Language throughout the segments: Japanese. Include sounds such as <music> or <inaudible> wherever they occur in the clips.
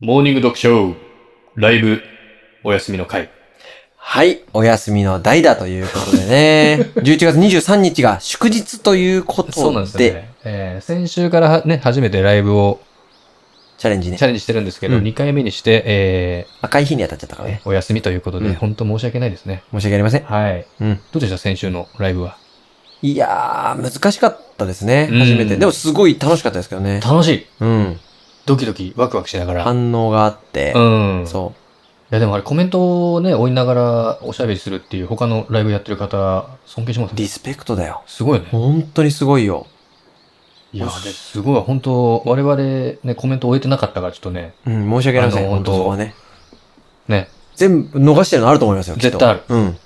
モーニング読書、ライブ、お休みの会。はい。お休みの代だということで <laughs> ね。11月23日が祝日ということで、そうなんですよね。えー先週からはね、初めてライブをチャレンジねチ。ャレンジしてるんですけど、うん2回目にして、え赤い日に当たっちゃったからーね。お休みということで、うん本当申し訳ないですね。申し訳ありません。はい。うん。どうでした先週のライブは。いやー、難しかったですね。うん初めて。でもすごい楽しかったですけどね。楽しい。うん。ドキドキ、ワクワクしながら。反応があって。うん。そいやでもあれコメントをね、追いながらおしゃべりするっていう他のライブやってる方、尊敬しますう。ね。リスペクトだよ。すごいよね。本当にすごいよ。いや、おすごい。本当我々ね、コメント終えてなかったから、ちょっとね、うん、申し訳ありませあん。の本本当当そこはね。ね、全部逃してるのあると思いますよ。きっ絶と対ある。うん。だか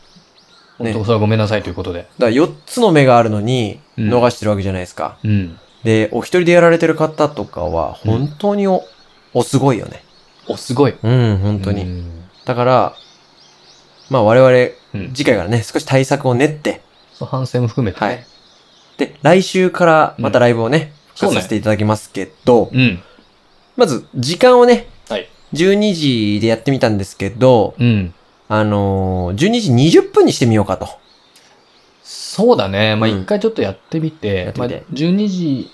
本当それはごめんなさいということで。ら4つの目があるのに、うん逃してるわけじゃないですか。うん。で、お一人でやられてる方とかは、本当にお、おすごいよね。お、すごい。うん、本当うに。んだから、まあ我うん々、次回からね、少し対策を練って、そう、反省も含めて。はい。で、来週からまたライブをね、そ復うね活させていただきますけど、うん。まず、時間をね、はい12時でやってみたんですけど、うん。あのー、12時20分にしてみようかと。そうだね。まあ、うん一回ちょっとやってみて、やってまあ、みて12時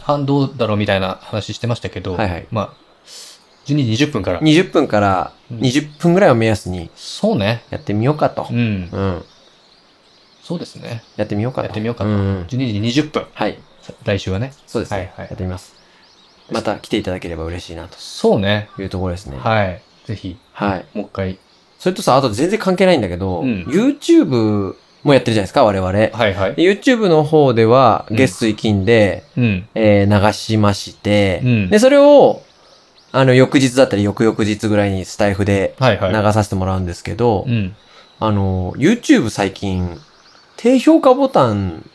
半どうだろうみたいな話してましたけど、はいはいまあ、12時20分から。 20分から20分ぐらいを目安にそうね。やってみようかとう。んう。ん。そうですね。やってみようかと。やってみようかとん12時20分。はい。来週はね。そうですね。はいはいやってみます。また来ていただければ嬉しいなとそうね。いうところですね。い。はい。ぜひ、はい。もう一回。それとさ、あと全然関係ないんだけど、うん YouTube もやってるじゃないですか、我々。ではいはい。 YouTube の方では、うん月水金で、うん。えー流しまして、うんで、それを、あの、翌日だったり、翌々日ぐらいにスタイフではいは流い。させてもらうんですけど、うん。あの、YouTube 最近、低評価ボタン、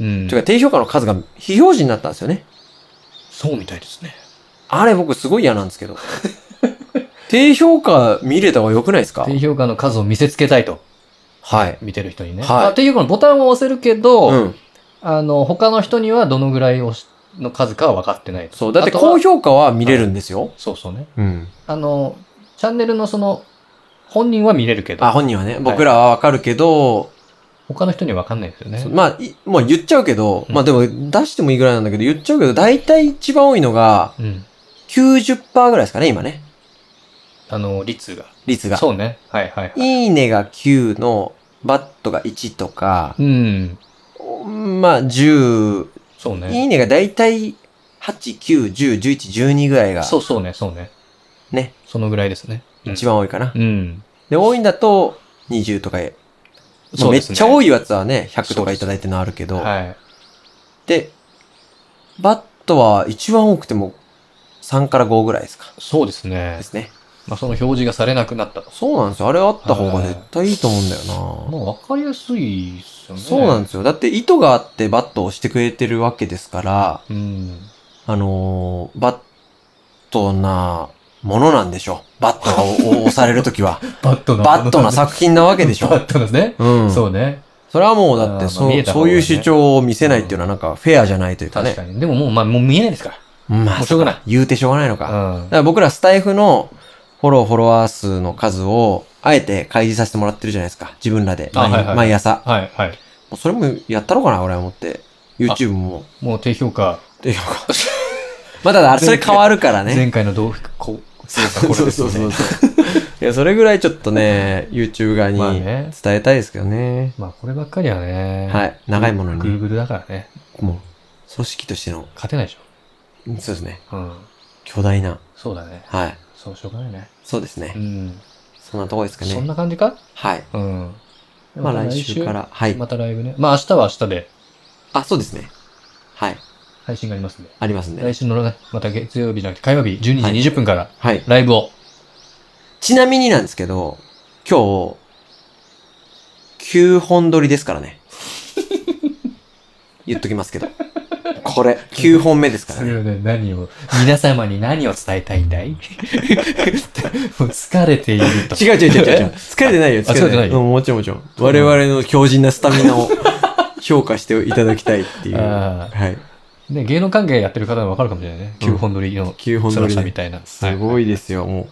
うんというか低評価の数が非表示になったんですよね。そうみたいですね。あれ僕すごい嫌なんですけど。 <laughs> 低評価見れた方が良くないですか低評価の数を見せつけたいと、はい。見てる人にね。はいあ低評価のボタンを押せるけど、うん。あの、他の人にはどのぐらい押しの数かは分かってないと。そう。だってあとは高評価は見れるんですよ。そうそうね。うん。あの、チャンネルのその、本人は見れるけどあ、、本人はね、僕らはわかるけど、他の人には分かんないですよねそう。まあ、いもう言っちゃうけど、うんまあでも出してもいいぐらいなんだけど、言っちゃうけど、大体一番多いのがうん。 90%ぐらいですかね、今ね。あの、率が。率が。そうね。はいはいはい。いいねが9の、バットが1とか、うん。まあ10、そうね。いいねが大体8、9、10、11、12ぐらいがそうそうね、そうね。ね。そのぐらいですね。一番多いかな。番。うん。で、多いんだと20とか、まあそうめでっすねちゃ多いやつはね、100とそうかでいすただいてるのあるけど、ではい。バットは一番多くても3から5ぐらいですか。そうですねで。すね。まあ、その表示がされなくなったと。そうなんですよ。あれあった方が絶対いいと思うんだよな。まあ、わかりやすいですよね。そうなんですよ。だって意図があってバットを押してくれてるわけですから、うん。あのーバットなものなんでしょう。バットがお押されると <laughs> きは。バットな。バットな作品なわけでしバょ。ットですね。うん。そうね。それはもうだっあーまてあそう、見えた方そがうねいう主張を見せないっていうのはなんかフェアじゃないというかね。確かに。でももう、まあ、もう見えないですかまもあうしょうがない、。言うてしょうがないのか。だからうん。ら僕らスタイフのフォロー、フォロワー数の数を、あえて開示させてもらってるじゃないですか。自分らで。あ毎,、はいはい毎朝。はい、はい。もうそれもやったろうかな、俺は思って。YouTube も。もう低評価、っていうかまあ、ただ、それ変わるからね。前回の同服、こう、そ低評価うこそれうですそようね。そう。いや、それぐらいちょっとね、YouTube 側 <laughs> にまあね伝えたいですけどね。まあ、こればっかりはね。。はいい。長いものに、 Google だからね。もう、組織としての、勝てないでしそうですね。ょ。うん。巨大な。そうだね。はい。そう、しょうがないね。そうですねう。ん。そんなとこですかそんね。な感じかはい。うん。まあ来週か。ら。はい。またライブね。まあ、明日は明日であ、そうですね。はい。配信がありますんで。ありますね来。週のね、また月曜日じゃなくて火曜日12時20分からはい。ライブを。ちなみになんですけど、今日、9本撮りですから <laughs> ね。言っときますけど。これ、9本目ですからね。れで何を、皆様に何を伝えたいんだい <laughs> もう疲れていると。違う違う違う違う。疲れてないよ、あ疲れてないようんもちろんもちろん。 <laughs> 我々の強靭なスタミナを評価していただきたいっていう。あはい。ね、芸能関係やってる方はわかるかもしれないね。うん9本撮りの9本撮辛りさで、みたいな。すごい。いですよ、も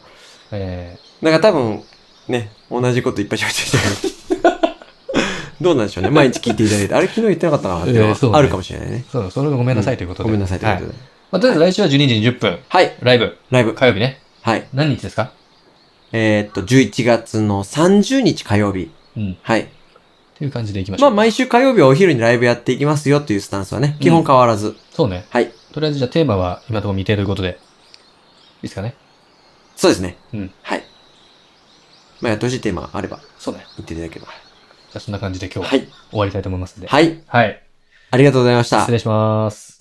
えう。なんか多分、ね、同じこといっぱい喋ってる <laughs> けどどうなんでしょうね。毎日聞いていただいて、あれ昨日言ってなかったなっていうのえーそうはねあるかもしれないね。ーそう、それがごめんなさいということで。ごめんなさいというこはといで。まあ、とりあえず来週は12時20分、はい、ライブ、ライブ。火曜日ね。はい。何日ですかえーっと、11月の30日火曜日。うん。っはい。ていう感じでいきましまょあ、う。毎週火曜日はお昼にライブやっていきますよというスタンスはね、基本変わらず。そうね。はい。とりあえずじゃあテーマは今のところ未定ということで。いいですかね。そうですね。うんはい。まあ、やってほしいテーマあればそうね。言っていただければ。じゃあそんな感じで今日は。はい終わりたいと思いますんで。はい。はい。ありがとうございました失。礼します。